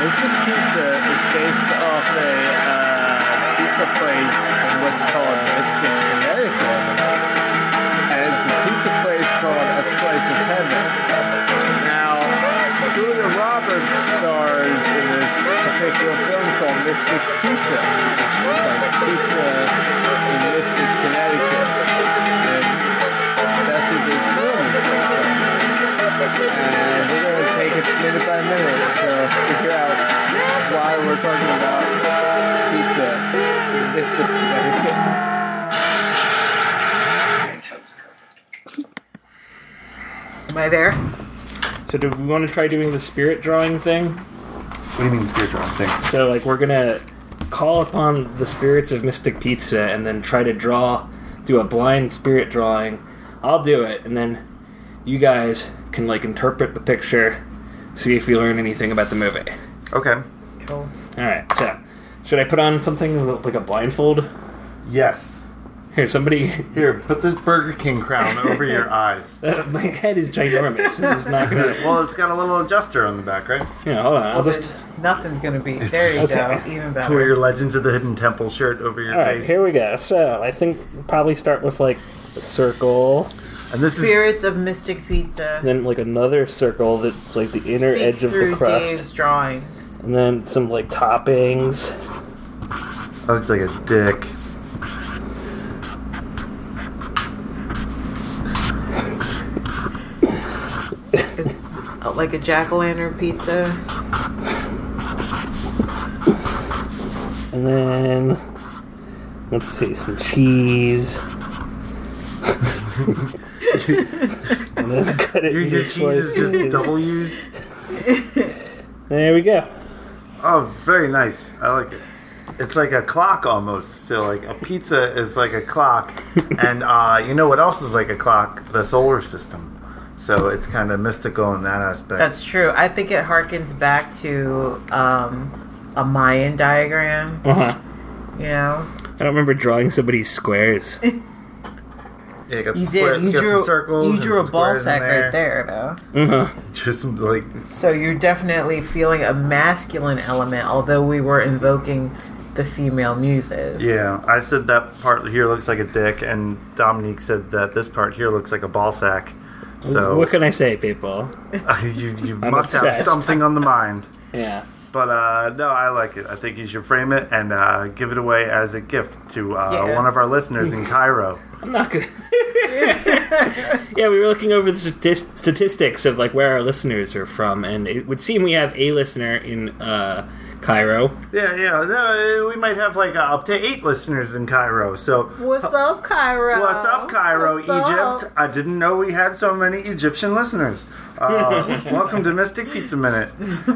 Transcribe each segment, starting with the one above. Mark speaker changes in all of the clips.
Speaker 1: Mystic Pizza is based off a uh, pizza place in what's called Mystic, Connecticut. And it's a pizza place called A Slice of Heaven. Now, Julia Roberts stars in this particular film called Mystic Pizza. It's like pizza in Mystic, Connecticut. And that's what this film is based on. And we're going to take it minute by minute to figure out why we're talking about pizza in Mystic, Connecticut.
Speaker 2: Am I there?
Speaker 3: So do we want to try doing the spirit drawing thing?
Speaker 4: What do you mean spiritual thing?
Speaker 3: So like we're gonna call upon the spirits of Mystic Pizza and then try to draw, do a blind spirit drawing. I'll do it, and then you guys can like interpret the picture, see if you learn anything about the movie.
Speaker 4: Okay.
Speaker 3: All right. So should I put on something like a blindfold?
Speaker 4: Yes.
Speaker 3: Here, somebody.
Speaker 4: Here, put this Burger King crown over your eyes.
Speaker 3: my head is ginormous. This is not gonna.
Speaker 4: Well, it's got a little adjuster on the back, right?
Speaker 3: You know, hold on. I'll just.
Speaker 2: Nothing's gonna be. There you go.
Speaker 3: Okay.
Speaker 2: Even
Speaker 4: Wear
Speaker 2: better.
Speaker 4: your Legends of the Hidden Temple shirt over your
Speaker 3: All right,
Speaker 4: face.
Speaker 3: here we go. So I think we'll probably start with like a circle,
Speaker 4: and this is
Speaker 2: Spirits of Mystic Pizza.
Speaker 3: and then like another circle that's like the inner
Speaker 2: Speak
Speaker 3: edge of the
Speaker 2: through
Speaker 3: crust,
Speaker 2: Dave's drawings.
Speaker 3: and then some like toppings.
Speaker 4: oh, looks like a dick.
Speaker 2: It's Oh, like a jack o' lantern pizza.
Speaker 3: And then let's see some cheese. and then cut it
Speaker 4: Your, your
Speaker 3: into
Speaker 4: cheese is
Speaker 3: slices.
Speaker 4: just W's.
Speaker 3: There we go.
Speaker 4: Oh, very nice. I like it. It's like a clock almost. So, like a pizza is like a clock, and uh, you know what else is like a clock? The solar system. So it's kind of mystical in that aspect.
Speaker 2: That's true. I think it harkens back to um, a Mayan diagram.
Speaker 3: Uh huh.
Speaker 2: You know,
Speaker 3: I don't remember drawing somebody's squares.
Speaker 4: yeah, you got
Speaker 2: you
Speaker 4: some square-
Speaker 2: did. You
Speaker 4: got some
Speaker 2: drew.
Speaker 4: circles
Speaker 2: you
Speaker 4: and
Speaker 2: drew a
Speaker 4: some
Speaker 2: ball
Speaker 4: squares in
Speaker 2: sack
Speaker 4: there.
Speaker 2: right there, though.
Speaker 4: Just some like
Speaker 2: So you're definitely feeling a masculine element, although we were invoking the female muses.
Speaker 4: Yeah, I said that part here looks like a dick, and Dominique said that this part here looks like a ball sack. So
Speaker 3: What can I say, people?
Speaker 4: you, you
Speaker 3: I'm
Speaker 4: must have
Speaker 3: obsessed.
Speaker 4: something on the mind.
Speaker 3: Yeah.
Speaker 4: But uh, no, I like it. I think you should frame it and uh, give it away as a gift to uh,
Speaker 2: Yeah.
Speaker 4: one of our listeners in Cairo.
Speaker 3: I'm not good. yeah, we were looking over the statist- statistics of like where our listeners are from, and it would seem we have a listener in uh, Cairo.
Speaker 4: Yeah, yeah. No, we might have like uh, up to eight listeners in Cairo. So
Speaker 2: What's up, Cairo?
Speaker 4: What's up, Cairo,
Speaker 2: What's up?
Speaker 4: Egypt? I didn't know we had so many Egyptian listeners. Uh, welcome to Mystic Pizza Minute.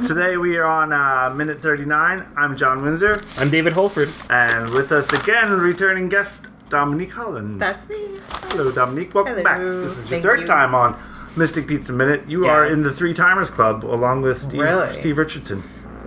Speaker 4: Today we are on uh, minute 39. I'm John Windsor,
Speaker 3: I'm David Holford.
Speaker 4: and with us again, returning guest Dominique Holland.
Speaker 2: That's me.
Speaker 4: Hello, Dominique. Welcome
Speaker 2: Hello.
Speaker 4: back. This is your
Speaker 2: Thank
Speaker 4: third
Speaker 2: you.
Speaker 4: time on Mystic Pizza Minute. You are
Speaker 2: Yes.
Speaker 4: in the Three Timers Club along with Steve,
Speaker 2: Really?
Speaker 4: Steve Richardson.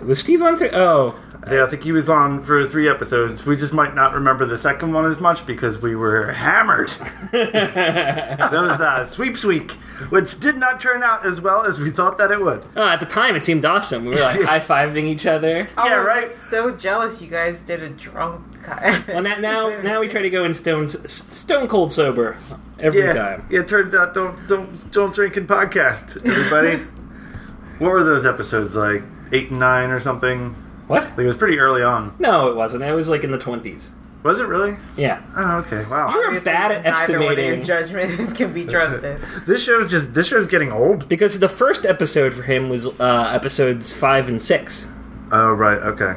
Speaker 3: Was Steve on through? Oh,
Speaker 4: Yeah, I think he was on for three episodes. We just might not remember the second one as much because we were hammered. that was uh, Sweeps Week, which did not turn out as well as we thought that it would.
Speaker 3: oh, at the time it seemed awesome. We were like high fiving each other.
Speaker 2: I
Speaker 4: Yeah,
Speaker 2: was
Speaker 4: right?
Speaker 2: So jealous you guys did a drunk. Cairo.
Speaker 3: Well, now now, now we try to go in stones, s- stone cold sober every
Speaker 4: Yeah,
Speaker 3: time.
Speaker 4: yeah. It turns out don't don't don't drink and podcast, everybody. what were those episodes like? Eight and nine or something?
Speaker 3: What?
Speaker 4: Like it was pretty early on.
Speaker 3: No, it wasn't. It was like in the twenties.
Speaker 4: Was it really?
Speaker 3: Yeah.
Speaker 4: Oh, okay. Wow.
Speaker 3: You're
Speaker 2: Obviously,
Speaker 3: bad at
Speaker 2: neither one of your
Speaker 3: estimating.
Speaker 2: judgments can be trusted.
Speaker 4: This show's just this show's getting old.
Speaker 3: Because the first episode for him was uh, episodes five and six.
Speaker 4: Oh, right, okay.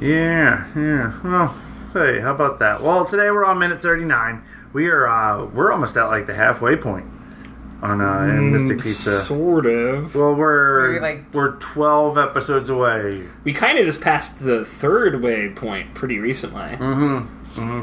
Speaker 4: Yeah, yeah. Well, hey, how about that? Well, today we're on minute 39. We are, uh, we're almost at like the halfway point on, uh,
Speaker 3: Mm,
Speaker 4: in Mystic Pizza.
Speaker 3: Sort of.
Speaker 4: Well, we're,
Speaker 2: Maybe, like-
Speaker 4: we're 12 episodes away.
Speaker 3: We kind of just passed the third way point pretty recently.
Speaker 4: Mm,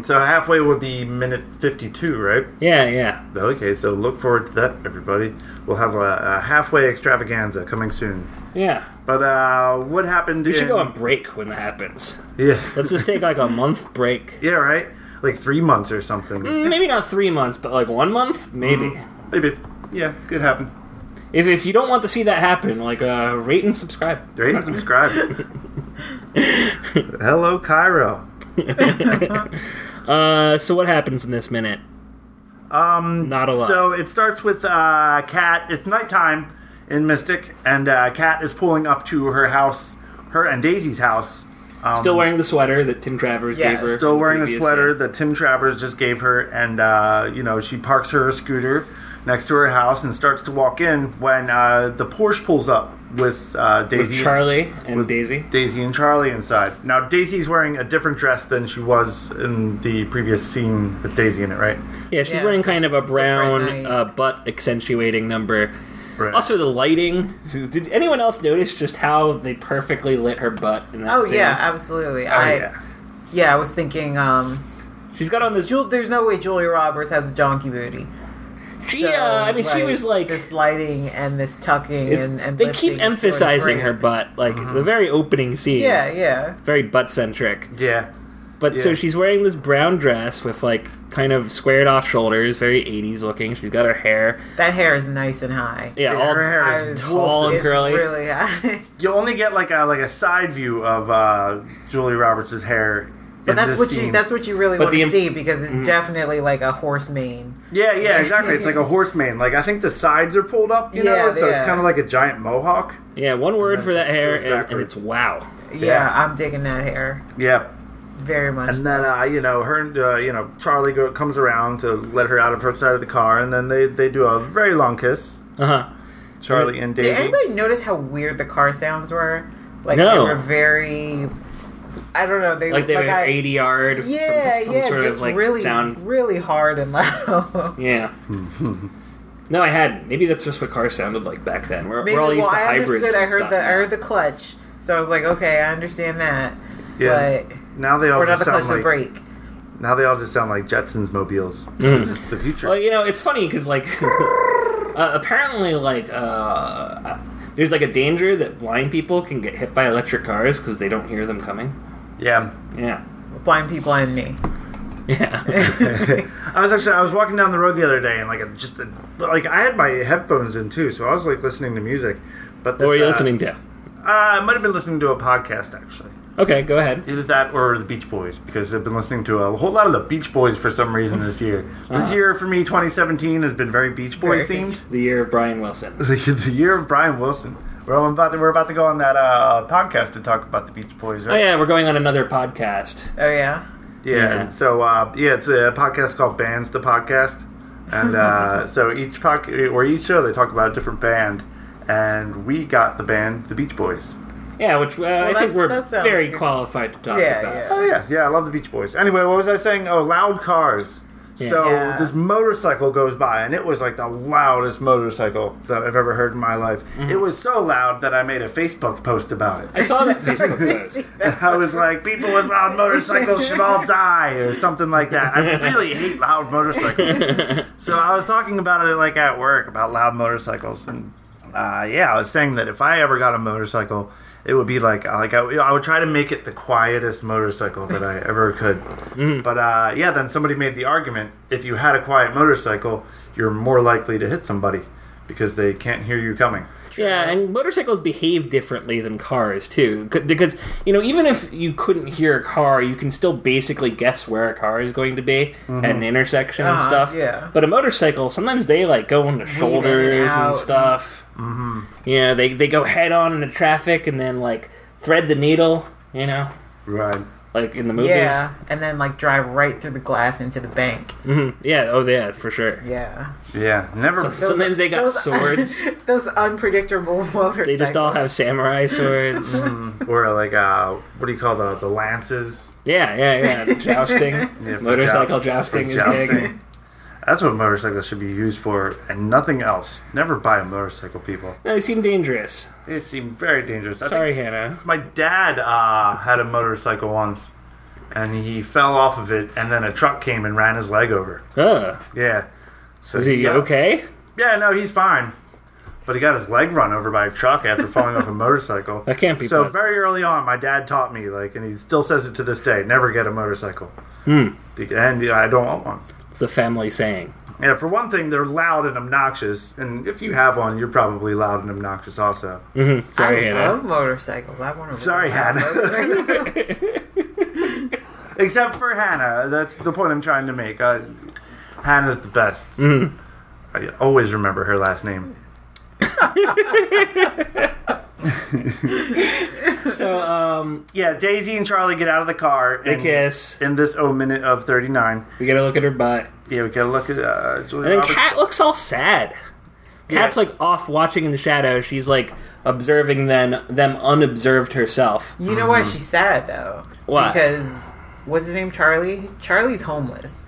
Speaker 4: So halfway would be minute 52, right?
Speaker 3: Yeah, yeah.
Speaker 4: Okay, so look forward to that, everybody. We'll have a, a halfway extravaganza coming soon.
Speaker 3: Yeah.
Speaker 4: But, uh, what happened
Speaker 3: We should
Speaker 4: in-
Speaker 3: go on break when that happens.
Speaker 4: Yeah.
Speaker 3: Let's just take like a month break.
Speaker 4: yeah, right? Like three months or
Speaker 3: Mm.
Speaker 4: something.
Speaker 3: Hmm. Maybe not three months, but like one month? Maybe.
Speaker 4: Maybe. Yeah, could happen.
Speaker 3: If, if you don't want to see that happen, like uh, rate and subscribe.
Speaker 4: Rate and subscribe. Hello, Cairo.
Speaker 3: Uh, so what happens in this minute? Um, not a lot.
Speaker 4: So it starts with uh, Kat. It's nighttime in Mystic, and uh, Kat is pulling up to her house, her and Daisy's house. Um,
Speaker 3: still wearing the sweater that Tim Travers
Speaker 2: Yes.
Speaker 3: gave her.
Speaker 4: still
Speaker 3: from
Speaker 4: wearing the
Speaker 3: previous
Speaker 4: sweater
Speaker 3: scene.
Speaker 4: that Tim Travers just gave her, and uh, you know she parks her scooter next to her house and starts to walk in when uh, the Porsche pulls up with uh, Daisy,
Speaker 3: with Charlie and Daisy.
Speaker 4: Daisy and Charlie inside. Now Daisy's wearing a different dress than she was in the previous scene with Daisy in it, right?
Speaker 3: Yeah, she's
Speaker 2: Yeah,
Speaker 3: wearing
Speaker 2: it's
Speaker 3: kind of a
Speaker 2: just different
Speaker 3: brown
Speaker 2: night.
Speaker 3: uh, butt accentuating number.
Speaker 4: Right.
Speaker 3: Also, the lighting. Did anyone else notice just how they perfectly lit her butt in that
Speaker 2: Oh
Speaker 3: scene?
Speaker 2: yeah, absolutely.
Speaker 4: Oh,
Speaker 2: I
Speaker 4: yeah.
Speaker 2: yeah, I was thinking. Um,
Speaker 3: She's got on this.
Speaker 2: Jul- there's no way Julia Roberts has donkey booty.
Speaker 3: She,
Speaker 2: So,
Speaker 3: uh, I mean, she
Speaker 2: right,
Speaker 3: was like.
Speaker 2: this lighting and this tucking
Speaker 3: it's-
Speaker 2: and, and
Speaker 3: they
Speaker 2: lifting
Speaker 3: keep
Speaker 2: is sort of
Speaker 3: emphasizing her
Speaker 2: great. Mm-hmm.
Speaker 3: butt, like the very opening scene.
Speaker 2: Yeah, yeah.
Speaker 3: Very butt centric.
Speaker 4: Yeah.
Speaker 3: But so
Speaker 4: Yeah.
Speaker 3: she's wearing this brown dress with like kind of squared off shoulders, very 80s looking. She's got her hair.
Speaker 2: That hair is nice and high.
Speaker 3: Yeah,
Speaker 4: Her
Speaker 3: all
Speaker 4: hair
Speaker 2: I
Speaker 4: is
Speaker 2: was-
Speaker 3: tall and
Speaker 2: it's
Speaker 3: curly.
Speaker 2: Really high.
Speaker 4: You only get like a like a side view of uh, Julie Roberts' hair.
Speaker 2: But that's what you that's what you really want
Speaker 3: the
Speaker 2: to
Speaker 3: im- Mm-hmm.
Speaker 2: see because it's definitely like a horse mane.
Speaker 4: yeah yeah exactly. It's like a horse mane. Like I think the sides are pulled up, you
Speaker 2: Yeah,
Speaker 4: know, so it's
Speaker 2: yeah.
Speaker 4: kind of like a giant mohawk.
Speaker 3: Yeah, one word
Speaker 4: then
Speaker 3: for that
Speaker 4: just
Speaker 3: hair,
Speaker 4: goes
Speaker 3: and, and
Speaker 4: backwards.
Speaker 3: it's wow.
Speaker 2: Yeah,
Speaker 4: Yeah.
Speaker 2: I'm digging that hair
Speaker 4: Yep.
Speaker 2: very much.
Speaker 4: And then uh, you know her, uh, you know Charlie go, comes around to let her out of her side of the car, and then they they do a very long kiss.
Speaker 3: Uh huh.
Speaker 4: Charlie and
Speaker 2: Did
Speaker 4: Daisy.
Speaker 2: anybody notice how weird the car sounds were? Like
Speaker 3: No.
Speaker 2: they were very. I don't know. They
Speaker 3: Like they were
Speaker 2: I-
Speaker 3: 80 yard. from
Speaker 2: Yeah,
Speaker 3: some
Speaker 2: yeah,
Speaker 3: sort
Speaker 2: just
Speaker 3: of like
Speaker 2: really,
Speaker 3: sound.
Speaker 2: really hard and loud.
Speaker 3: Yeah.
Speaker 2: Mm-hmm.
Speaker 3: no, I hadn't. Maybe that's just what cars sounded like back then. We're,
Speaker 2: Maybe,
Speaker 3: we're all used
Speaker 2: well,
Speaker 3: to
Speaker 2: I
Speaker 3: hybrids.
Speaker 2: understood. I
Speaker 3: and
Speaker 2: heard
Speaker 3: stuff
Speaker 2: the I
Speaker 3: now.
Speaker 2: heard the clutch, so I was like, okay, I understand that.
Speaker 4: Yeah.
Speaker 2: But
Speaker 4: now they all
Speaker 2: or not
Speaker 4: just
Speaker 2: the clutch,
Speaker 4: sound
Speaker 2: the
Speaker 4: like
Speaker 2: brake.
Speaker 4: now they all just sound like Jetsons mobiles. This is the future.
Speaker 3: Well, you know, it's funny because like uh, apparently like uh, there's like a danger that blind people can get hit by electric cars because they don't hear them coming.
Speaker 4: yeah.
Speaker 3: Yeah.
Speaker 2: Blind people and me.
Speaker 3: Yeah.
Speaker 4: I was actually I was walking down the road the other day and like a, just a, like I had my headphones in too, so I was like listening to music. But this,
Speaker 3: what were you
Speaker 4: uh,
Speaker 3: listening to?
Speaker 4: Uh, I might have been listening to a podcast actually,
Speaker 3: Okay, go ahead.
Speaker 4: either that or the Beach Boys because I've been listening to a whole lot of the Beach Boys for some reason this year. This
Speaker 3: Uh-huh.
Speaker 4: year for me, 2017 has been very Beach Boys
Speaker 2: Very
Speaker 4: themed.
Speaker 2: Beach-
Speaker 3: The year of Brian Wilson.
Speaker 4: The, the year of Brian Wilson. We're all about to, we're about to go on that uh, podcast to talk about the Beach Boys,
Speaker 3: Oh
Speaker 4: right?
Speaker 3: yeah, we're going on another podcast.
Speaker 2: Oh yeah.
Speaker 4: Yeah.
Speaker 3: Yeah.
Speaker 4: and So uh, yeah, it's a podcast called Bands the Podcast, and uh, so each podcast or each show they talk about a different band, and we got the band the Beach Boys.
Speaker 3: Yeah, which uh, I think
Speaker 2: that's-
Speaker 3: we're
Speaker 2: that sounds
Speaker 3: very
Speaker 2: good.
Speaker 3: qualified to talk
Speaker 2: Yeah,
Speaker 3: about.
Speaker 2: yeah.
Speaker 4: Oh yeah, yeah, I love the Beach Boys. Anyway, what was I saying? Oh, loud cars. So
Speaker 2: Yeah.
Speaker 4: this motorcycle goes by, and it was like the loudest motorcycle that I've ever heard in my life.
Speaker 2: Mm-hmm.
Speaker 4: It was so loud that I made a Facebook post about it.
Speaker 3: I saw that Facebook post.
Speaker 4: I was like, people with loud motorcycles should all die, or something like that. I really hate loud motorcycles. So I was talking about it like at work about loud motorcycles, and uh, yeah, I was saying that if I ever got a motorcycle, it would be like uh, like I, I would try to make it the quietest motorcycle that I ever could. But uh, yeah, then somebody made the argument: if you had a quiet motorcycle, you're more likely to hit somebody because they can't hear you coming.
Speaker 3: Yeah, and motorcycles behave differently than cars too, C- because you know even if you couldn't hear a car, you can still basically guess where a car is going to be at an intersection and
Speaker 2: Uh-huh,
Speaker 3: stuff.
Speaker 2: yeah.
Speaker 3: But a motorcycle, sometimes they like go on the shoulders and
Speaker 2: out.
Speaker 3: stuff. Mm-hmm. You know, they they go head on into traffic and then like thread the needle. You know,
Speaker 4: Right.
Speaker 3: like in the movies.
Speaker 2: Yeah, and then like drive right through the glass into the bank.
Speaker 3: Mhm, yeah. Oh, yeah, for sure.
Speaker 2: Yeah.
Speaker 4: Yeah. Never.
Speaker 3: Sometimes they got
Speaker 2: Those-
Speaker 3: swords.
Speaker 2: Those unpredictable motorcycles.
Speaker 3: They just all have samurai swords.
Speaker 4: or like uh, what do you call the the lances?
Speaker 3: Yeah, yeah, yeah. Jousting,
Speaker 4: Yeah, for
Speaker 3: motorcycle
Speaker 4: jou-
Speaker 3: jousting
Speaker 4: for
Speaker 3: is big.
Speaker 4: jousting. That's what motorcycles should be used for, and nothing else. Never buy a motorcycle, people.
Speaker 3: No, they seem dangerous.
Speaker 4: They seem very dangerous. I
Speaker 3: Sorry,
Speaker 4: think
Speaker 3: Hannah.
Speaker 4: my dad uh, had a motorcycle once, and he fell off of it, and then a truck came and ran his leg over.
Speaker 3: Ugh.
Speaker 4: Yeah. So
Speaker 3: Is he
Speaker 4: yeah.
Speaker 3: okay?
Speaker 4: Yeah, no, he's fine. But he got his leg run over by a truck after falling off a motorcycle.
Speaker 3: That can't be
Speaker 4: So
Speaker 3: pleasant.
Speaker 4: very early on, my dad taught me, like, and he still says it to
Speaker 3: Hmm.
Speaker 4: this day: never get a motorcycle. Be- And you know, I don't want one.
Speaker 3: It's a family saying.
Speaker 4: Yeah, for one thing, they're loud and obnoxious, and if you have one, you're probably loud and obnoxious also.
Speaker 3: Sorry,
Speaker 2: I
Speaker 3: Hannah.
Speaker 2: love motorcycles. I want to.
Speaker 4: Sorry, Hannah. Except for Hannah, that's the point I'm trying to make. Uh, Hannah's the best.
Speaker 3: Mm-hmm.
Speaker 4: I always remember her last name.
Speaker 3: So, um,
Speaker 4: Yeah, Daisy and Charlie get out of the car.
Speaker 3: they
Speaker 4: and-
Speaker 3: kiss.
Speaker 4: In this oh minute of 39.
Speaker 3: We gotta look at her butt.
Speaker 4: Yeah, we gotta look at uh, Julia
Speaker 3: And then
Speaker 4: Roberts.
Speaker 3: Cat looks all sad. Cat's
Speaker 4: Yeah.
Speaker 3: like off watching in the shadows. She's like observing then them unobserved herself.
Speaker 2: You know
Speaker 3: Mm-hmm.
Speaker 2: why she's sad though?
Speaker 3: Why?
Speaker 2: Because what's his name? Charlie. Charlie's homeless.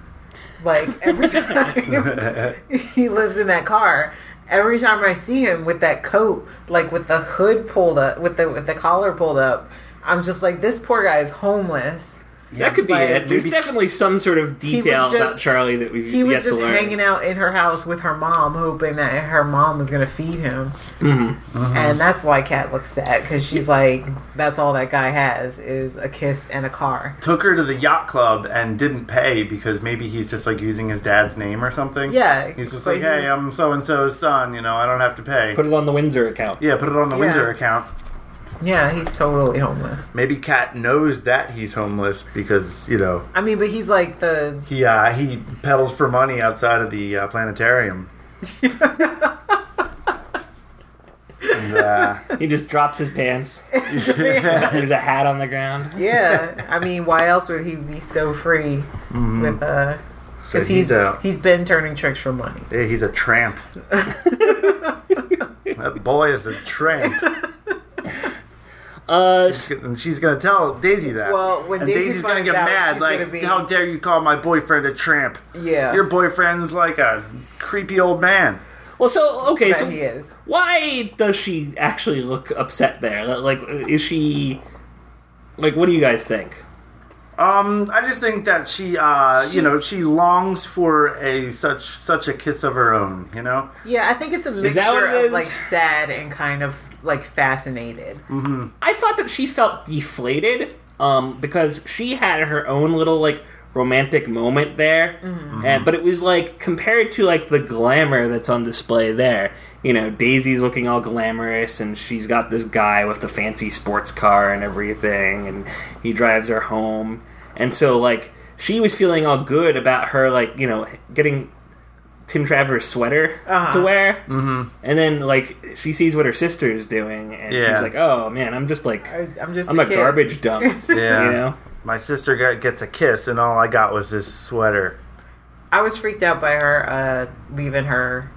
Speaker 2: Like every time he lives in that car, every time I see him with that coat, like with the hood pulled up, with the with the collar pulled up, I'm just like, this poor guy is homeless.
Speaker 3: that could be
Speaker 2: but
Speaker 3: it. There's
Speaker 4: maybe-
Speaker 3: definitely some sort of
Speaker 2: was
Speaker 3: detail
Speaker 2: just-
Speaker 3: about Charlie that we've
Speaker 2: He
Speaker 3: yet
Speaker 2: was
Speaker 3: to
Speaker 2: just
Speaker 3: learn.
Speaker 2: hanging out in her house with her mom, hoping that her mom was going to feed him.
Speaker 3: Mm-hmm.
Speaker 2: And that's why Kat looks sad because she's like, that's all that guy has is a kiss and a car.
Speaker 4: Took her to the yacht club and didn't pay because maybe he's just like using his dad's name or something.
Speaker 2: Yeah,
Speaker 4: He's just
Speaker 2: but
Speaker 4: like,
Speaker 2: he-
Speaker 4: hey, I'm so and so's son, you know, I don't have to pay.
Speaker 3: Put it on the Windsor account.
Speaker 4: yeah, put it on the
Speaker 2: Yeah.
Speaker 4: Windsor account.
Speaker 2: Yeah, he's totally homeless.
Speaker 4: Maybe Kat knows that he's homeless because, you know,
Speaker 2: I mean, but he's like the
Speaker 4: he uh, he peddles for money outside of the uh, planetarium. and, uh,
Speaker 3: He just drops his pants. There's a hat on the ground.
Speaker 2: yeah. I mean, why else would he be so free
Speaker 3: Mm-hmm.
Speaker 2: with uh?
Speaker 4: so
Speaker 2: Because
Speaker 4: he's,
Speaker 2: he's
Speaker 4: out.
Speaker 2: he's been turning tricks for money.
Speaker 4: Yeah, he's a tramp. that boy is a tramp.
Speaker 3: Uh, s-
Speaker 4: And she's gonna tell Daisy that.
Speaker 2: Well, when
Speaker 4: and
Speaker 2: Daisy
Speaker 4: Daisy's gonna
Speaker 2: finds
Speaker 4: get
Speaker 2: out,
Speaker 4: mad,
Speaker 2: she's
Speaker 4: like,
Speaker 2: gonna be-
Speaker 4: how dare you call my boyfriend a tramp?
Speaker 2: Yeah,
Speaker 4: Your boyfriend's like a creepy old man.
Speaker 3: well, so okay,
Speaker 2: that
Speaker 3: so
Speaker 2: he is.
Speaker 3: why does she actually look upset there? Like, is she? Like, what do you guys think?
Speaker 4: Um, I just think that she, uh, you know, she longs for a such such a kiss of her own. You know,
Speaker 2: Yeah, I think it's a
Speaker 3: that what
Speaker 2: mixture
Speaker 3: it
Speaker 2: of
Speaker 3: is?
Speaker 2: like sad and kind of like fascinated.
Speaker 3: Mm. I thought that she felt deflated um, because she had her own little like romantic moment there, and but it was like compared to like the glamour that's on display there. You know, Daisy's looking all glamorous, and she's got this guy with the fancy sports car and everything, and he drives her home, and so like she was feeling all good about her like you know getting Tim Travers sweater to wear, mm-hmm. and then like she sees what her sister's doing, and
Speaker 4: Yeah.
Speaker 3: she's like, "Oh man, I'm just like
Speaker 2: I, I'm just
Speaker 3: I'm a
Speaker 2: kid.
Speaker 3: garbage dump."
Speaker 4: Yeah.
Speaker 3: you know.
Speaker 4: my sister got, gets a kiss, and all I got was this sweater.
Speaker 2: I was freaked out by her uh, leaving her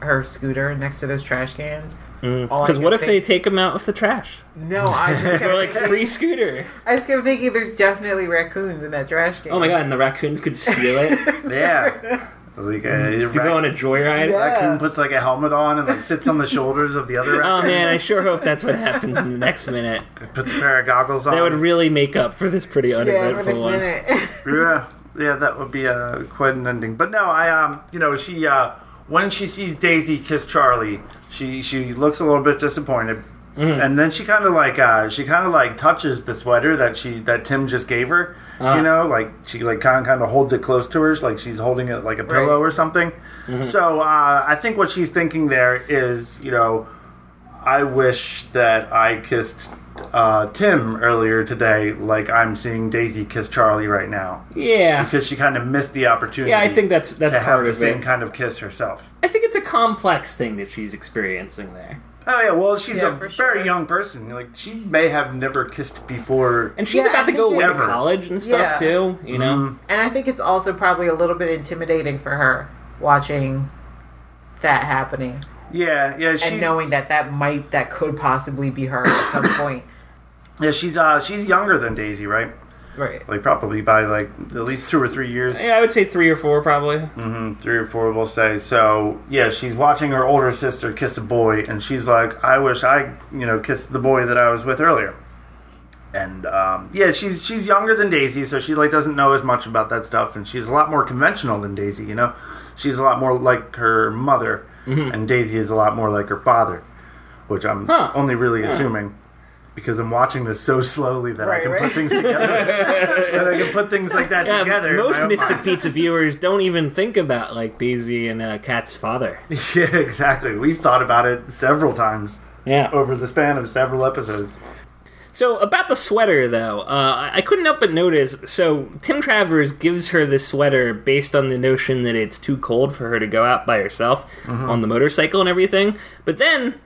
Speaker 2: her scooter next to those trash cans. All I
Speaker 3: Because
Speaker 2: could
Speaker 3: Mm. what if they
Speaker 2: think-
Speaker 3: take him out with the trash?
Speaker 2: No, I just
Speaker 3: They're
Speaker 2: kept,
Speaker 3: like free scooter.
Speaker 2: I just kept thinking there's definitely raccoons in that trash can.
Speaker 3: Oh my god, and the raccoons could steal it to
Speaker 4: Yeah, like a,
Speaker 3: go on a joyride.
Speaker 2: Yeah.
Speaker 4: raccoon puts like a helmet on and like sits on the shoulders of the other
Speaker 3: Oh
Speaker 4: raccoon.
Speaker 3: man, I sure hope that's what happens in the next minute.
Speaker 4: Puts a pair of goggles on.
Speaker 3: That would really make up for this pretty
Speaker 2: Yeah, for
Speaker 3: uneventful
Speaker 2: this
Speaker 3: one.
Speaker 2: minute.
Speaker 4: yeah, yeah, that would be uh, quite an ending. But no, I um, you know, she uh, when she sees Daisy kiss Charlie, she she looks a little bit disappointed. And then she kind of like uh, she kind of like touches the sweater that she that Tim just gave her, you know, like she like kind kind of holds it close to her, like she's holding it like a pillow or something. So uh, I think what she's thinking there is, you know, I wish that I kissed uh, Tim earlier today, like I'm seeing Daisy kiss Charlie right now,
Speaker 3: Yeah,
Speaker 4: because she kind of missed the opportunity.
Speaker 3: yeah, I think that's
Speaker 4: to
Speaker 3: that's
Speaker 4: have
Speaker 3: part
Speaker 4: the
Speaker 3: of
Speaker 4: same
Speaker 3: it.
Speaker 4: kind of kiss herself.
Speaker 3: I think it's a complex thing that she's experiencing there.
Speaker 4: Oh yeah, well she's
Speaker 2: Yeah,
Speaker 4: a
Speaker 2: for
Speaker 4: very
Speaker 2: sure.
Speaker 4: young person. Like she may have never kissed before.
Speaker 3: And she's
Speaker 2: Yeah,
Speaker 3: about
Speaker 2: I
Speaker 3: to go
Speaker 2: think
Speaker 3: away
Speaker 2: it-
Speaker 3: to
Speaker 4: Ever.
Speaker 3: college and stuff
Speaker 2: Yeah.
Speaker 3: too, you know?
Speaker 4: Mm-hmm.
Speaker 2: And I think it's also probably a little bit intimidating for her watching that happening
Speaker 4: Yeah, yeah,
Speaker 2: and
Speaker 4: she,
Speaker 2: knowing that that might that could possibly be her at some point.
Speaker 4: yeah, she's uh, she's younger than Daisy, right?
Speaker 2: Right.
Speaker 4: Like probably by like at least two or three years.
Speaker 3: Yeah, I would say three or four probably.
Speaker 4: three or four we'll say so yeah she's watching her older sister kiss a boy and she's like i wish i you know kissed the boy that i was with earlier and um, yeah she's she's younger than daisy so she like doesn't know as much about that stuff and she's a lot more conventional than daisy you know she's a lot more like her mother and daisy is a lot more like her father which i'm
Speaker 3: Mm-hmm. Huh.
Speaker 4: only really assuming because I'm watching this so slowly that
Speaker 2: Right,
Speaker 4: I can
Speaker 2: right.
Speaker 4: put things together. that I can put things like that
Speaker 3: Yeah,
Speaker 4: together. in
Speaker 3: most
Speaker 4: my own
Speaker 3: Mystic
Speaker 4: mind.
Speaker 3: Pizza viewers don't even think about like Daisy and uh, Cat's father.
Speaker 4: Yeah, exactly. We've thought about it several times
Speaker 3: Yeah.
Speaker 4: over the span of several episodes.
Speaker 3: So about the sweater though, uh, I- I couldn't help but notice. So Tim Travers gives her this sweater based on the notion that it's too cold for her to go out by herself
Speaker 2: Mm-hmm.
Speaker 3: on the motorcycle and everything. But then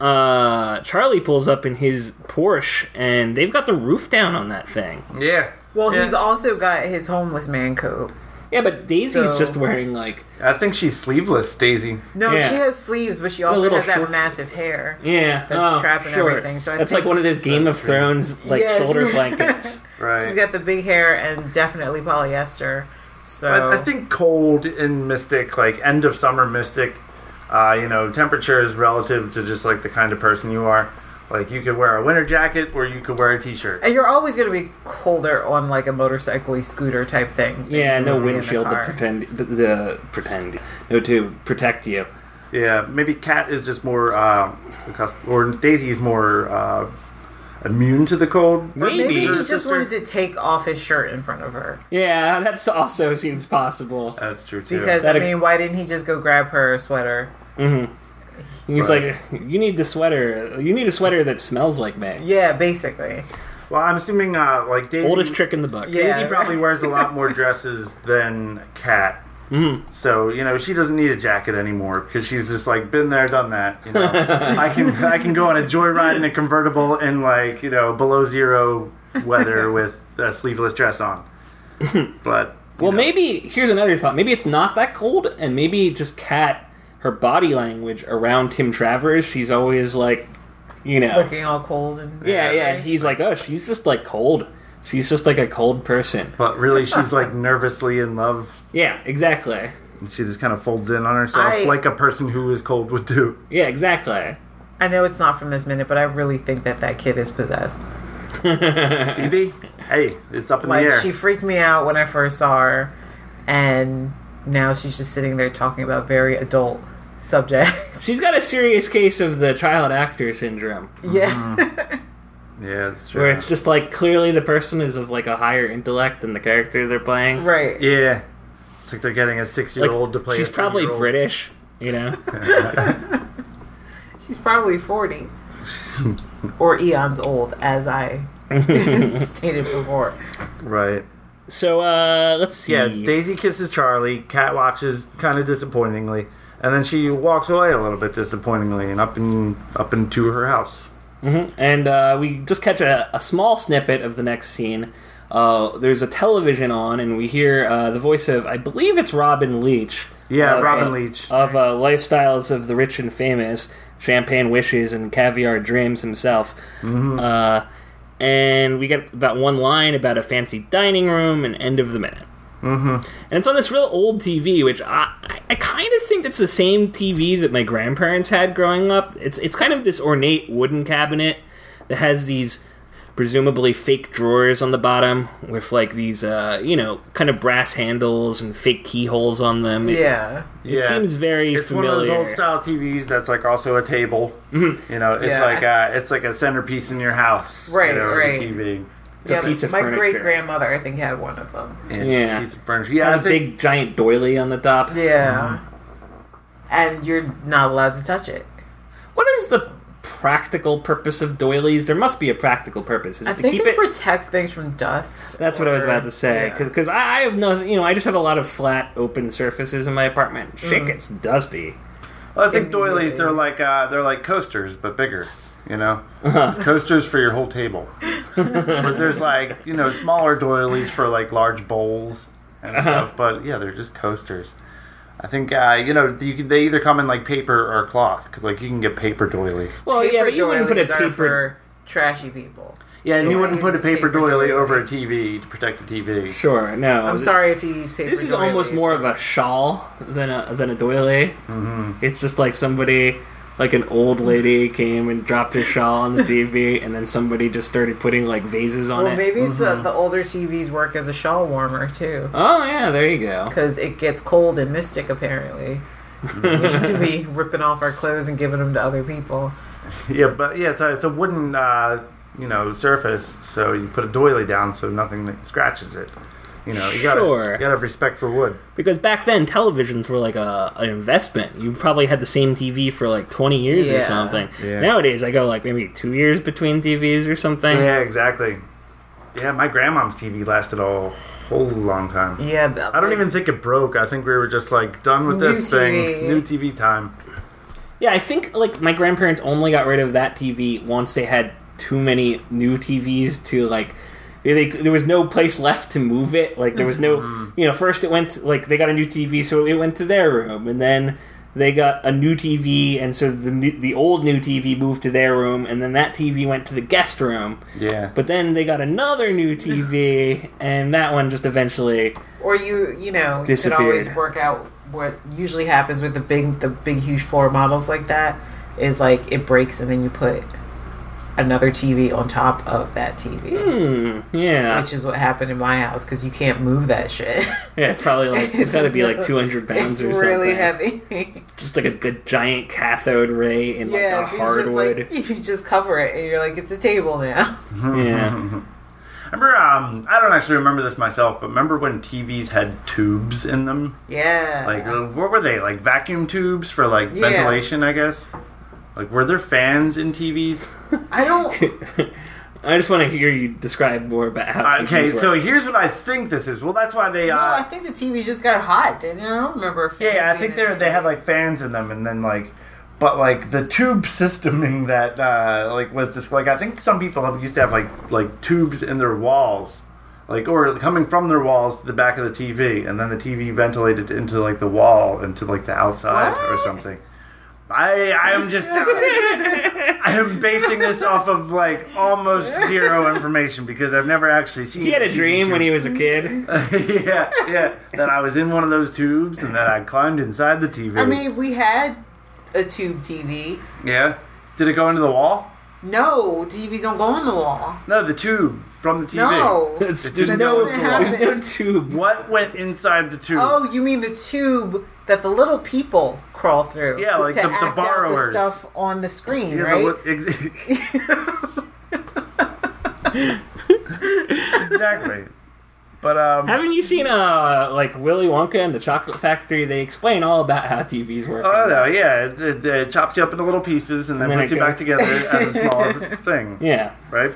Speaker 3: uh, Charlie pulls up in his Porsche and they've got the roof down on that thing.
Speaker 4: Yeah.
Speaker 2: Well,
Speaker 4: Yeah.
Speaker 2: he's also got his homeless man coat.
Speaker 3: Yeah, but Daisy's
Speaker 2: So-
Speaker 3: just wearing like
Speaker 4: I think she's sleeveless, Daisy.
Speaker 2: No,
Speaker 3: Yeah.
Speaker 2: she has sleeves, but she also
Speaker 3: little
Speaker 2: has that
Speaker 3: shorts.
Speaker 2: massive hair.
Speaker 3: yeah,
Speaker 2: That's
Speaker 3: oh,
Speaker 2: trapping
Speaker 3: sure.
Speaker 2: everything, so I
Speaker 3: that's
Speaker 2: think-
Speaker 3: like one of those Game of Thrones like
Speaker 2: Yes.
Speaker 3: shoulder blankets.
Speaker 4: Right.
Speaker 2: She's got the big hair and definitely polyester. So
Speaker 4: I, I think cold in Mystic, like end of summer Mystic, uh, you know, temperature is relative to just like the kind of person you are. Like you could wear a winter jacket or you could wear a t-shirt.
Speaker 2: And you're always going to be colder on like a motorcycle scooter type thing.
Speaker 3: Yeah, no
Speaker 2: in the
Speaker 3: windshield to
Speaker 2: car.
Speaker 3: pretend the, the pretend no to protect you.
Speaker 4: Yeah, maybe Cat is just more, uh, accus- or Daisy is more uh, immune to the cold.
Speaker 2: Or maybe he
Speaker 3: Maybe.
Speaker 2: just wanted to take off his shirt in front of her.
Speaker 3: Yeah, that's also seems possible.
Speaker 4: That's true too.
Speaker 2: Because,
Speaker 3: That
Speaker 2: I
Speaker 3: ag-
Speaker 2: mean, why didn't he just go grab her sweater?
Speaker 3: He's
Speaker 4: Right.
Speaker 3: like, you need the sweater. You need a sweater that smells like me.
Speaker 2: Yeah, basically.
Speaker 4: well, I'm assuming uh, like Daisy.
Speaker 3: Oldest trick in the book.
Speaker 2: Yeah.
Speaker 4: Daisy probably wears a lot more dresses than Kat.
Speaker 3: Mm-hmm.
Speaker 4: So you know she doesn't need a jacket anymore because she's just like been there, done that. You know, I can I can go on a joyride in a convertible in like you know below zero weather with a sleeveless dress on. But you
Speaker 3: Well,
Speaker 4: know,
Speaker 3: maybe here's another thought. Maybe it's not that cold, and maybe just cat her body language around Tim Travers. She's always like, you know,
Speaker 2: Looking all cold and.
Speaker 3: yeah, yeah. And he's like, oh, she's just like cold. She's just like a cold person.
Speaker 4: But really, she's like nervously in love.
Speaker 3: Yeah, exactly.
Speaker 4: And she just kind of folds in on herself
Speaker 2: I-
Speaker 4: like a person who is cold would do.
Speaker 3: Yeah, exactly.
Speaker 2: I know it's not from this minute, but I really think that that kid is possessed.
Speaker 4: Phoebe, hey, it's up in
Speaker 2: Like,
Speaker 4: the air.
Speaker 2: she freaked me out when I first saw her, and now she's just sitting there talking about very adult subjects.
Speaker 3: She's got a serious case of the child actor syndrome.
Speaker 2: yeah.
Speaker 3: Mm-hmm.
Speaker 4: yeah, it's true.
Speaker 3: where it's just like clearly the person is of like a higher intellect than the character they're playing.
Speaker 2: right.
Speaker 4: Yeah. It's like they're getting a six year
Speaker 3: Like,
Speaker 4: old to play.
Speaker 3: she's
Speaker 4: a
Speaker 3: probably
Speaker 4: three-year-old.
Speaker 3: British, you know.
Speaker 2: She's probably 40. or eons old, as I stated before.
Speaker 4: Right.
Speaker 3: so uh let's see.
Speaker 4: Yeah, Daisy kisses Charlie. Cat watches kind of disappointingly. And then she walks away a little bit disappointingly and up in up into her house.
Speaker 3: and uh, we just catch a, a small snippet of the next scene. Uh, there's a television on, and we hear uh, the voice of I believe it's Robin Leach.
Speaker 4: Yeah,
Speaker 3: of,
Speaker 4: Robin
Speaker 3: uh,
Speaker 4: Leach.
Speaker 3: of uh, lifestyles of the rich and famous, champagne wishes and caviar dreams himself.
Speaker 4: Mm-hmm.
Speaker 3: Uh, and we get about one line about a fancy dining room and end of the minute. Mm-hmm. And it's on this real old TV, which I I, I kind of think it's the same TV that my grandparents had growing up. It's it's kind of this ornate wooden cabinet that has these presumably fake drawers on the bottom with like these uh, you know kind of brass handles and fake keyholes on them. It-
Speaker 2: Yeah.
Speaker 3: it
Speaker 4: yeah.
Speaker 3: seems very
Speaker 4: it's
Speaker 3: familiar. Mm-hmm.
Speaker 4: one of those old style TVs that's like also a table. You know, it's
Speaker 2: Yeah.
Speaker 4: like a, it's like a centerpiece in your house. you
Speaker 2: Right,
Speaker 4: know, the
Speaker 2: right.
Speaker 4: TV.
Speaker 2: yeah
Speaker 3: piece of
Speaker 2: my
Speaker 3: furniture.
Speaker 2: great grandmother, I think, had one of them.
Speaker 3: Yeah.
Speaker 4: Yeah. it's a piece of furniture. Yeah,
Speaker 3: Has
Speaker 4: I
Speaker 3: a
Speaker 4: think-
Speaker 3: big giant doily on the top.
Speaker 2: Yeah.
Speaker 3: Mm-hmm.
Speaker 2: And you're not allowed to touch it.
Speaker 3: What is the practical purpose of doilies? There must be a practical purpose. Is
Speaker 2: I
Speaker 3: it to
Speaker 2: think
Speaker 3: keep
Speaker 2: they
Speaker 3: it?
Speaker 2: protect things from dust.
Speaker 3: That's what I was
Speaker 2: or-
Speaker 3: about to say.
Speaker 2: Yeah.
Speaker 3: Because I, I have no, you know, I just have a lot of flat, open surfaces in my apartment. Shit gets dusty.
Speaker 4: Well, I think doilies they're like uh, they're like coasters but bigger. You know, Uh-huh. coasters for your whole table. but there's like you know smaller doilies for like large bowls and stuff. But yeah, they're just coasters. I think uh, you know you can, they either come in like paper or cloth. 'cause, like you can get paper doilies.
Speaker 3: Well,
Speaker 2: Paper
Speaker 3: Oh, yeah, but you wouldn't put a
Speaker 2: doilies are
Speaker 3: paper.
Speaker 2: for trashy people.
Speaker 4: Yeah, and you
Speaker 2: Yeah,
Speaker 4: wouldn't
Speaker 2: I
Speaker 4: put a
Speaker 2: use
Speaker 4: paper,
Speaker 2: paper
Speaker 4: doily
Speaker 2: doily.
Speaker 4: over a TV to protect the TV.
Speaker 3: Sure, no.
Speaker 2: I'm
Speaker 3: th-
Speaker 2: sorry if you use paper.
Speaker 3: This is
Speaker 2: doilies.
Speaker 3: almost more of a shawl than a than a doily. It's just like somebody, like an old lady, came and dropped her shawl on the TV, and then somebody just started putting like vases on
Speaker 2: Well,
Speaker 3: it.
Speaker 2: maybe it's the, the older TVs work as a shawl warmer too,
Speaker 3: Oh yeah, there you go.
Speaker 2: because it gets cold in Mystic. Apparently, we need to be ripping off our clothes and giving them to other people.
Speaker 4: Yeah, but yeah, it's a, it's a wooden uh, you know, surface. So you put a doily down so nothing that scratches it. You know, you gotta,
Speaker 3: Sure.
Speaker 4: you gotta have respect for wood.
Speaker 3: Because back then, televisions were like a an investment. You probably had the same TV for like twenty years or
Speaker 2: Yeah.
Speaker 3: something.
Speaker 4: Yeah.
Speaker 3: Nowadays, I go like maybe two years between TVs or something.
Speaker 4: Yeah, exactly. Yeah, my grandma's TV lasted a whole long time.
Speaker 2: Yeah, the-
Speaker 4: I don't even think it broke. I think we were just like done with
Speaker 2: New TV.
Speaker 4: this thing. New TV time.
Speaker 3: Yeah, I think like my grandparents only got rid of that TV once they had too many new TVs to like. They, they, there was no place left to move it. Like there was no, you know. First, it went like they got a new TV, so it went to their room, and then they got a new TV, and so the new, the old new TV moved to their room, and then that TV went to the guest room.
Speaker 4: Yeah.
Speaker 3: But then they got another new TV, and that one just eventually.
Speaker 2: or you you know you could
Speaker 3: Disappeared.
Speaker 2: always work out what usually happens with the big the big huge floor models like that is like it breaks and then you put another TV on top of that TV.
Speaker 3: Hmm, yeah.
Speaker 2: Which is what happened in my house because you can't move that shit.
Speaker 3: Yeah, it's probably like, it's gotta be like 200
Speaker 2: it's
Speaker 3: pounds or something.
Speaker 2: really heavy.
Speaker 3: Just like a good giant cathode ray and
Speaker 2: yeah,
Speaker 3: like
Speaker 2: so
Speaker 3: a
Speaker 2: you just
Speaker 3: hardwood.
Speaker 2: like you just cover it and you're like it's a table now.
Speaker 3: yeah.
Speaker 4: Remember, um, I don't actually remember this myself, but remember when TVs had tubes in them?
Speaker 2: Yeah,
Speaker 4: Like, uh, what were they? Like vacuum tubes for like
Speaker 2: Yeah.
Speaker 4: ventilation, I guess. Like, were there fans in TVs?
Speaker 2: I don't. uh,
Speaker 3: I just want to hear you describe more about how.
Speaker 4: Okay,
Speaker 3: TVs
Speaker 4: so
Speaker 3: work.
Speaker 4: here's what I think this is. Well, that's why they. Uh,
Speaker 2: No, I think the TV just got hot. Didn't it? I don't remember. if it
Speaker 4: Yeah,
Speaker 2: was
Speaker 4: I think
Speaker 2: being
Speaker 4: they're they had
Speaker 2: inside.
Speaker 4: like fans in them, and then like, but like the tube systeming that uh, like was just like I think some people have, used to have like like tubes in their walls, like or coming from their walls to the back of the TV, and then the TV ventilated into like the wall into like the outside or
Speaker 2: What?
Speaker 4: something. I I am just I am basing this off of like almost zero information because I've never actually seen.
Speaker 3: He had a
Speaker 4: TV
Speaker 3: dream
Speaker 4: tube
Speaker 3: when he was a kid.
Speaker 2: Mm-hmm.
Speaker 4: yeah, yeah. That I was in one of those tubes and that I climbed inside the TV.
Speaker 2: I mean, we had a tube TV.
Speaker 4: yeah. Did it go into the wall?
Speaker 2: No, TVs don't go on the wall.
Speaker 4: No, the tube from the TV.
Speaker 2: No.
Speaker 3: It's-
Speaker 4: It
Speaker 3: there's,
Speaker 4: didn't
Speaker 3: no,
Speaker 4: go
Speaker 2: in the wall.
Speaker 3: there's no tube.
Speaker 4: What went inside the tube?
Speaker 2: Oh, you mean the tube that the little people crawl through?
Speaker 4: Yeah, like
Speaker 2: to
Speaker 4: the- the
Speaker 2: act out
Speaker 4: borrowers.
Speaker 2: stuff on the screen,
Speaker 4: You know,
Speaker 2: right?
Speaker 4: what- ex- exactly. But um,
Speaker 3: Haven't you seen uh like Willy Wonka and the Chocolate Factory? They explain all about how TVs work.
Speaker 4: oh no, yeah, it, it, it chops you up into little pieces and then,
Speaker 3: then
Speaker 4: puts
Speaker 3: it
Speaker 4: you back
Speaker 3: goes-
Speaker 4: together as a smaller thing,
Speaker 3: Yeah.
Speaker 4: right?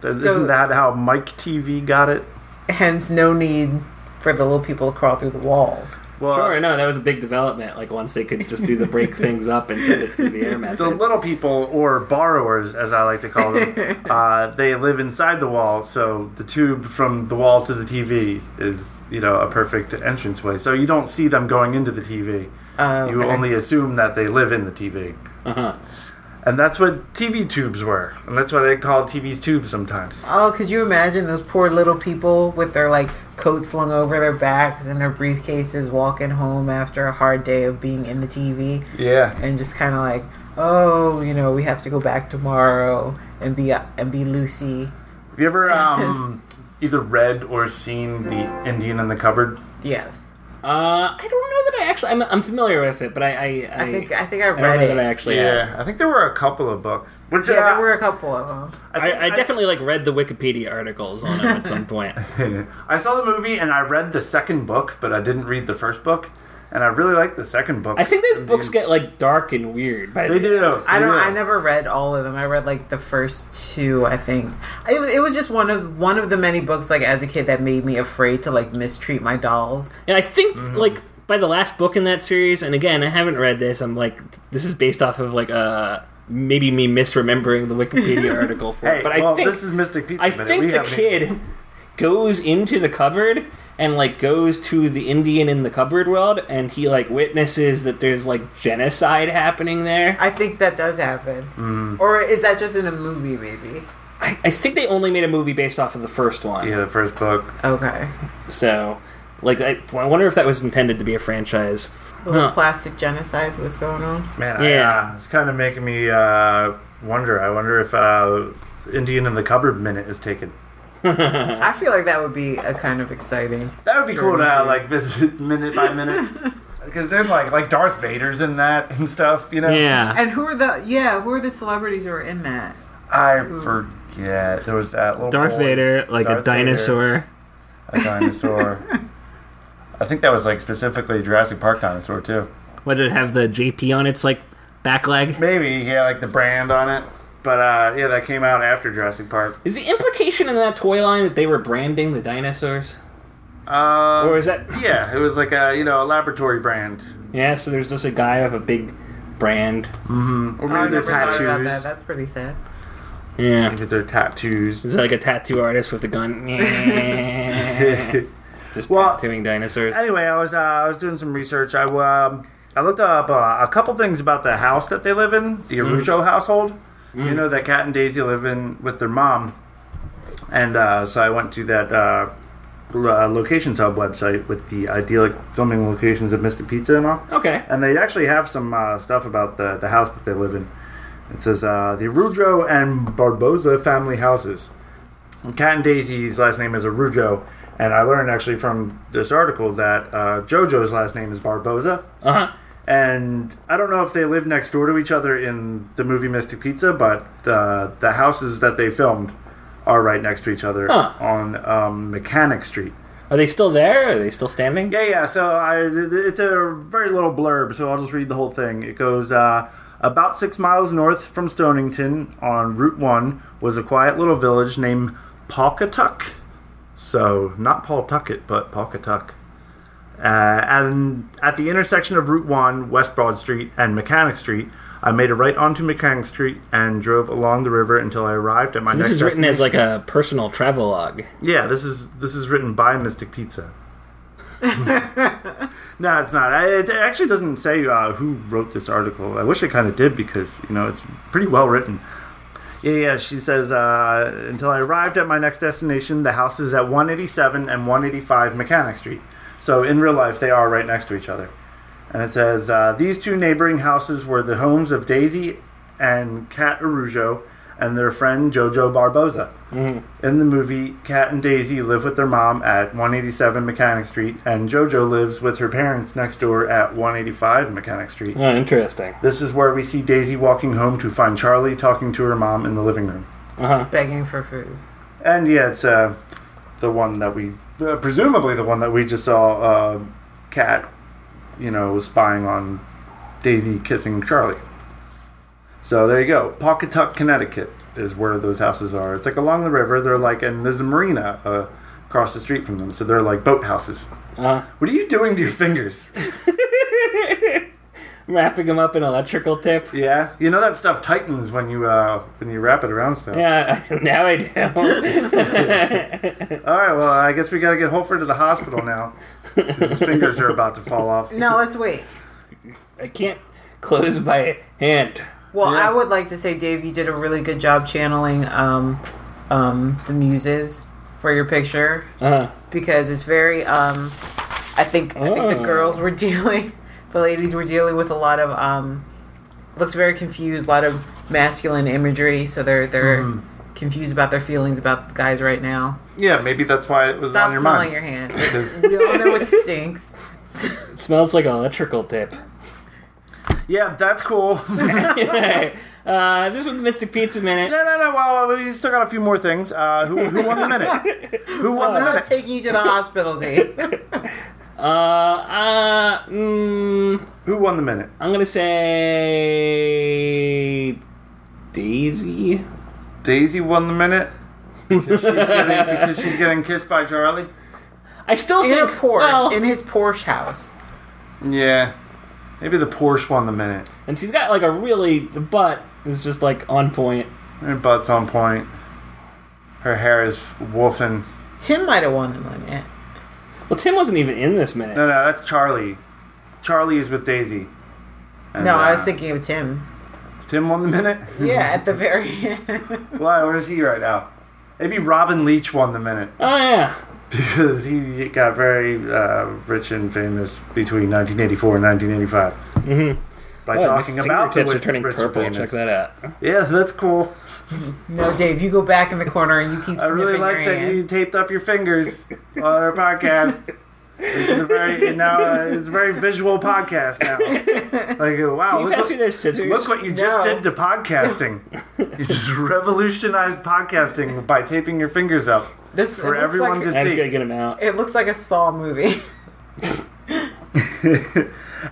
Speaker 4: That-
Speaker 2: So-
Speaker 4: Isn't that how Mike TV got it?
Speaker 2: Hence, no need for the little people to crawl through the walls.
Speaker 4: Well,
Speaker 3: Sure, no, that was a big development. Like once they could just do the break things up and send it through the air
Speaker 4: the
Speaker 3: method.
Speaker 4: little people or borrowers as i like to call them uh, they live inside the wall so the tube from the wall to the tv is you know a perfect entranceway so you don't see them going into the tv
Speaker 2: Uh,
Speaker 4: you only assume that they live in the tv
Speaker 3: Uh huh.
Speaker 4: and that's what tv tubes were and that's why they call tvs tubes sometimes
Speaker 2: Oh, could you imagine those poor little people with their like coats slung over their backs and their briefcases walking home after a hard day of being in the TV
Speaker 4: yeah
Speaker 2: and just kind of like, oh, you know, we have to go back tomorrow and be and be Lucy.
Speaker 4: have you ever um, either read or seen the indian in the cupboard
Speaker 2: Yes,
Speaker 3: Uh, I don't know that I actually. I'm, I'm familiar with it, but I. I, I,
Speaker 2: I think I think I
Speaker 3: I don't know
Speaker 2: read
Speaker 3: that I
Speaker 2: it.
Speaker 3: actually. have.
Speaker 4: i think there were a couple of books which
Speaker 2: Yeah,
Speaker 4: uh,
Speaker 2: there were a couple of them.
Speaker 4: think
Speaker 3: I, I definitely like read the Wikipedia articles on it at some point.
Speaker 4: I saw the movie and I read the second book, but I didn't read the first book. And I really like the second book.
Speaker 3: I think those books get like dark and weird. By
Speaker 4: they
Speaker 3: the,
Speaker 4: do.
Speaker 2: I
Speaker 4: They
Speaker 2: don't.
Speaker 4: do.
Speaker 2: I never read all of them. I read like the first two. I think it was, it was just one of one of the many books like as a kid that made me afraid to like mistreat my dolls.
Speaker 3: And I think like by the last book in that series, and again, I haven't read this. I'm like, this is based off of like uh maybe me misremembering the Wikipedia article for
Speaker 4: Hey,
Speaker 3: it. But I
Speaker 4: well,
Speaker 3: think
Speaker 4: this is Mystic Pizza.
Speaker 3: I
Speaker 4: Minute.
Speaker 3: think
Speaker 4: We
Speaker 3: the
Speaker 4: haven't-
Speaker 3: kid goes into the cupboard and like goes to the Indian in the cupboard world, and he like witnesses that there's like genocide happening there.
Speaker 2: I think that does happen. Or is that just in a movie, maybe?
Speaker 3: I, I think they only made a movie based off of the first one.
Speaker 4: Yeah, the first book.
Speaker 2: Okay.
Speaker 3: So, like, I, I wonder if that was intended to be a franchise.
Speaker 2: A little
Speaker 3: Huh.
Speaker 2: plastic genocide was going on.
Speaker 4: Man,
Speaker 3: Yeah.
Speaker 4: I, uh, it's kind of making me uh, wonder. I wonder if uh, Indian in the Cupboard Minute is taken.
Speaker 2: I feel like that would be a kind of exciting.
Speaker 4: That would be cool
Speaker 2: Sure.
Speaker 4: to uh, like visit minute by minute. Because there's like like Darth Vader's in that and stuff, you know.
Speaker 3: Yeah.
Speaker 2: And who are the yeah, who are the celebrities who are in that?
Speaker 4: I for Yeah, there was that little
Speaker 3: Darth
Speaker 4: boy,
Speaker 3: Vader, like a
Speaker 4: Darth Vader,
Speaker 3: dinosaur.
Speaker 4: a dinosaur. I think that was like specifically Jurassic Park dinosaur too.
Speaker 3: What did it have the JP on its like back leg?
Speaker 4: Maybe yeah, like the brand on it. But uh, yeah, that came out after Jurassic Park.
Speaker 3: Is the implication in that toy line that they were branding the dinosaurs?
Speaker 4: Uh,
Speaker 3: Or is that
Speaker 4: yeah, it was like a you know a laboratory brand.
Speaker 3: Yeah, so there's just a guy with a big brand.
Speaker 4: Or
Speaker 2: Oh, I
Speaker 4: maybe
Speaker 2: never
Speaker 4: there's
Speaker 2: thought about
Speaker 4: tattoos.
Speaker 2: that. That's pretty sad.
Speaker 3: Yeah.
Speaker 4: Maybe they're tattoos.
Speaker 3: It's like a tattoo artist with a gun. just
Speaker 4: Well-
Speaker 3: tattooing dinosaurs.
Speaker 4: anyway, I was uh, I was doing some research. I um, I looked up uh, a couple things about the house that they live in, the Arujo household. You know that Cat and Daisy live in with their mom, and uh, so I went to that uh, lo- uh, locations hub website with the idyllic filming locations of Mystic Pizza and all.
Speaker 3: Okay.
Speaker 4: And they actually have some uh, stuff about the, the house that they live in. It says uh, the Rudro and Barboza family houses. Cat and Daisy's last name is Arudro, and I learned actually from this article that uh, JoJo's last name is Barboza.
Speaker 3: Uh huh.
Speaker 4: And I don't know if they live next door to each other in the movie Mystic Pizza, but the the houses that they filmed are right next to each other
Speaker 3: Huh.
Speaker 4: on um, Mechanic Street.
Speaker 3: Are they still there? Are they still standing?
Speaker 4: Yeah, yeah. So I, it's a very little blurb, so I'll just read the whole thing. It goes uh, about six miles north from Stonington on Route One was a quiet little village named Pawcatuck. So not Pawtucket, but Pawcatuck. Uh, and at the intersection of Route 1, West Broad Street, and Mechanic Street, I made a right onto Mechanic Street and drove along the river until I arrived at my
Speaker 3: This
Speaker 4: next
Speaker 3: is written
Speaker 4: destination.
Speaker 3: as like a personal travelogue.
Speaker 4: Yeah, this is this is written by Mystic Pizza. no, it's not. I, it actually doesn't say uh, who wrote this article. I wish it kind of did because you know it's pretty well written. Yeah, yeah. She says uh, until I arrived at my next destination, the house is at 187 and 185 Mechanic Street. So in real life, they are right next to each other. And it says uh, these two neighboring houses were the homes of Daisy and Cat Arujo and their friend Jojo Barboza. In the movie, Cat and Daisy live with their mom at 187 Mechanic Street, and JoJo lives with her parents next door at 185 Mechanic Street.
Speaker 3: Oh, interesting.
Speaker 4: This is where we see Daisy walking home to find Charlie talking to her mom in the living room.
Speaker 3: Uh huh.
Speaker 2: Begging for food.
Speaker 4: And yeah, it's uh, the one that we, uh, presumably the one that we just saw uh, Cat, you know, spying on Daisy kissing Charlie. So there you go. Pawcatuck, Connecticut is where those houses are. It's like along the river. They're like, and there's a marina uh, across the street from them. So they're like boat houses.
Speaker 3: Uh,
Speaker 4: What are you doing to your fingers?
Speaker 3: wrapping them up in electrical tip.
Speaker 4: yeah, you know that stuff tightens when you uh, when you wrap it around stuff.
Speaker 3: Yeah, now I do.
Speaker 4: All right. Well, I guess we got to get Holford to the hospital now. 'cause His fingers are about to fall off.
Speaker 2: No, let's wait.
Speaker 3: I can't close by hand.
Speaker 2: Well,
Speaker 4: Yeah.
Speaker 2: I would like to say, Dave, you did a really good job channeling um, um, the muses for your picture
Speaker 3: Uh,
Speaker 2: because it's very. Um, I think I think
Speaker 3: Oh.
Speaker 2: the girls were dealing, the ladies were dealing with a lot of. Um, looks very confused, a lot of masculine imagery, so they're they're confused about their feelings about the guys right now.
Speaker 4: Yeah, maybe that's why it was
Speaker 2: Stop
Speaker 4: on your
Speaker 2: smelling
Speaker 4: mind.
Speaker 2: your hand.
Speaker 4: 'Cause-
Speaker 2: we all know it stinks.
Speaker 3: it smells like electrical tip.
Speaker 4: yeah, that's cool. no,
Speaker 3: uh, this was the Mystic Pizza Minute.
Speaker 4: no, no. Well, we still got a few more things. Uh, who, who won the minute? Who won the
Speaker 2: I'm not
Speaker 4: minute?
Speaker 2: taking you to the hospital, Dave.
Speaker 3: Uh, uh, mm,
Speaker 4: Who won the minute?
Speaker 3: I'm gonna say Daisy.
Speaker 4: Daisy won the minute because she's getting, because she's getting kissed by Charlie.
Speaker 3: I still
Speaker 2: In a
Speaker 3: think
Speaker 2: Porsche,
Speaker 3: well,
Speaker 2: in his Porsche house.
Speaker 4: Yeah, maybe the Porsche won the minute.
Speaker 3: and she's got like a really the butt is just like on point.
Speaker 4: Her butt's on point. Her hair is woofing.
Speaker 2: Tim might have won the money.
Speaker 3: Well, Tim wasn't even in this minute.
Speaker 4: No, no, that's Charlie. Charlie is with Daisy. And,
Speaker 2: No, I
Speaker 4: uh,
Speaker 2: was thinking of Tim.
Speaker 4: Tim won the minute.
Speaker 2: Yeah, at the very end.
Speaker 4: Why? Where is he right now? Maybe Robin Leach won the minute
Speaker 3: Oh yeah,
Speaker 4: because he got very uh, rich and famous between 1984 and 1985
Speaker 3: mm-hmm.
Speaker 4: by talking about the
Speaker 3: tips are
Speaker 4: rich-
Speaker 3: turning
Speaker 4: rich and
Speaker 3: purple.
Speaker 4: famous.
Speaker 3: Check that out.
Speaker 4: Yeah, that's cool.
Speaker 2: No, Dave, you go back in the corner and you keep
Speaker 4: I
Speaker 2: sniffing
Speaker 4: really
Speaker 2: your
Speaker 4: like that
Speaker 2: hand.
Speaker 4: you taped up your fingers on our podcast. This is a very now uh, it's a very visual podcast now. Like uh, wow,
Speaker 3: Can you
Speaker 4: look
Speaker 3: pass me
Speaker 4: what,
Speaker 3: those scissors?
Speaker 4: look what you just
Speaker 2: No.
Speaker 4: did to podcasting. you just revolutionized podcasting by taping your fingers up.
Speaker 2: This
Speaker 4: For
Speaker 2: it looks
Speaker 4: everyone
Speaker 2: like,
Speaker 4: to
Speaker 3: I was
Speaker 4: see.
Speaker 3: gonna get him out.
Speaker 2: It looks like a Saw movie.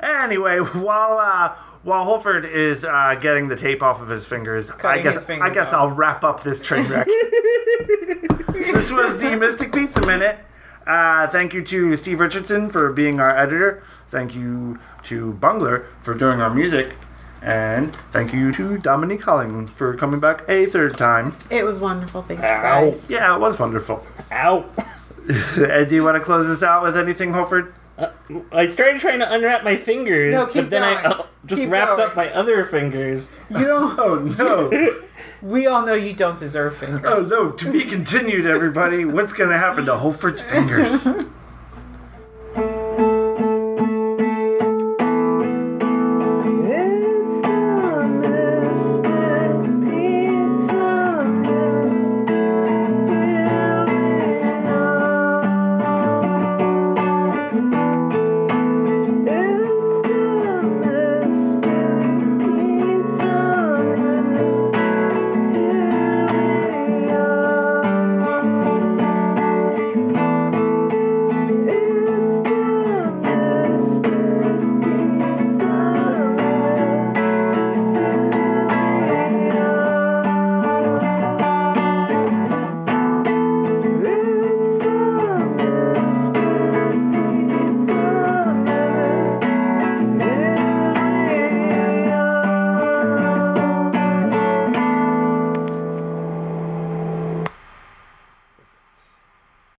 Speaker 4: Anyway, while uh, while Holford is uh, getting the tape off of his fingers, I
Speaker 2: Cutting
Speaker 4: guess
Speaker 2: his finger
Speaker 4: I guess
Speaker 2: down.
Speaker 4: I'll wrap up this train wreck. this was the Mystic Pizza Minute. Uh, thank you to Steve Richardson for being our editor. Thank you to Bungler for doing our music. And thank you to Dominique Holling for coming back a third time.
Speaker 2: it was wonderful. Thanks,
Speaker 3: Ow.
Speaker 2: guys.
Speaker 4: Yeah, it was wonderful.
Speaker 3: Ow!
Speaker 4: Ed, do you want to close this out with anything, Holford?
Speaker 3: Uh, I started trying to unwrap my fingers,
Speaker 2: No, keep
Speaker 3: but then I
Speaker 2: going.
Speaker 3: uh, just
Speaker 2: Keep
Speaker 3: wrapped
Speaker 2: going.
Speaker 3: up my other fingers.
Speaker 2: You know,
Speaker 4: Oh no!
Speaker 2: we all know you don't deserve fingers.
Speaker 4: Oh no, to be continued, everybody. What's going to happen to Holford's fingers?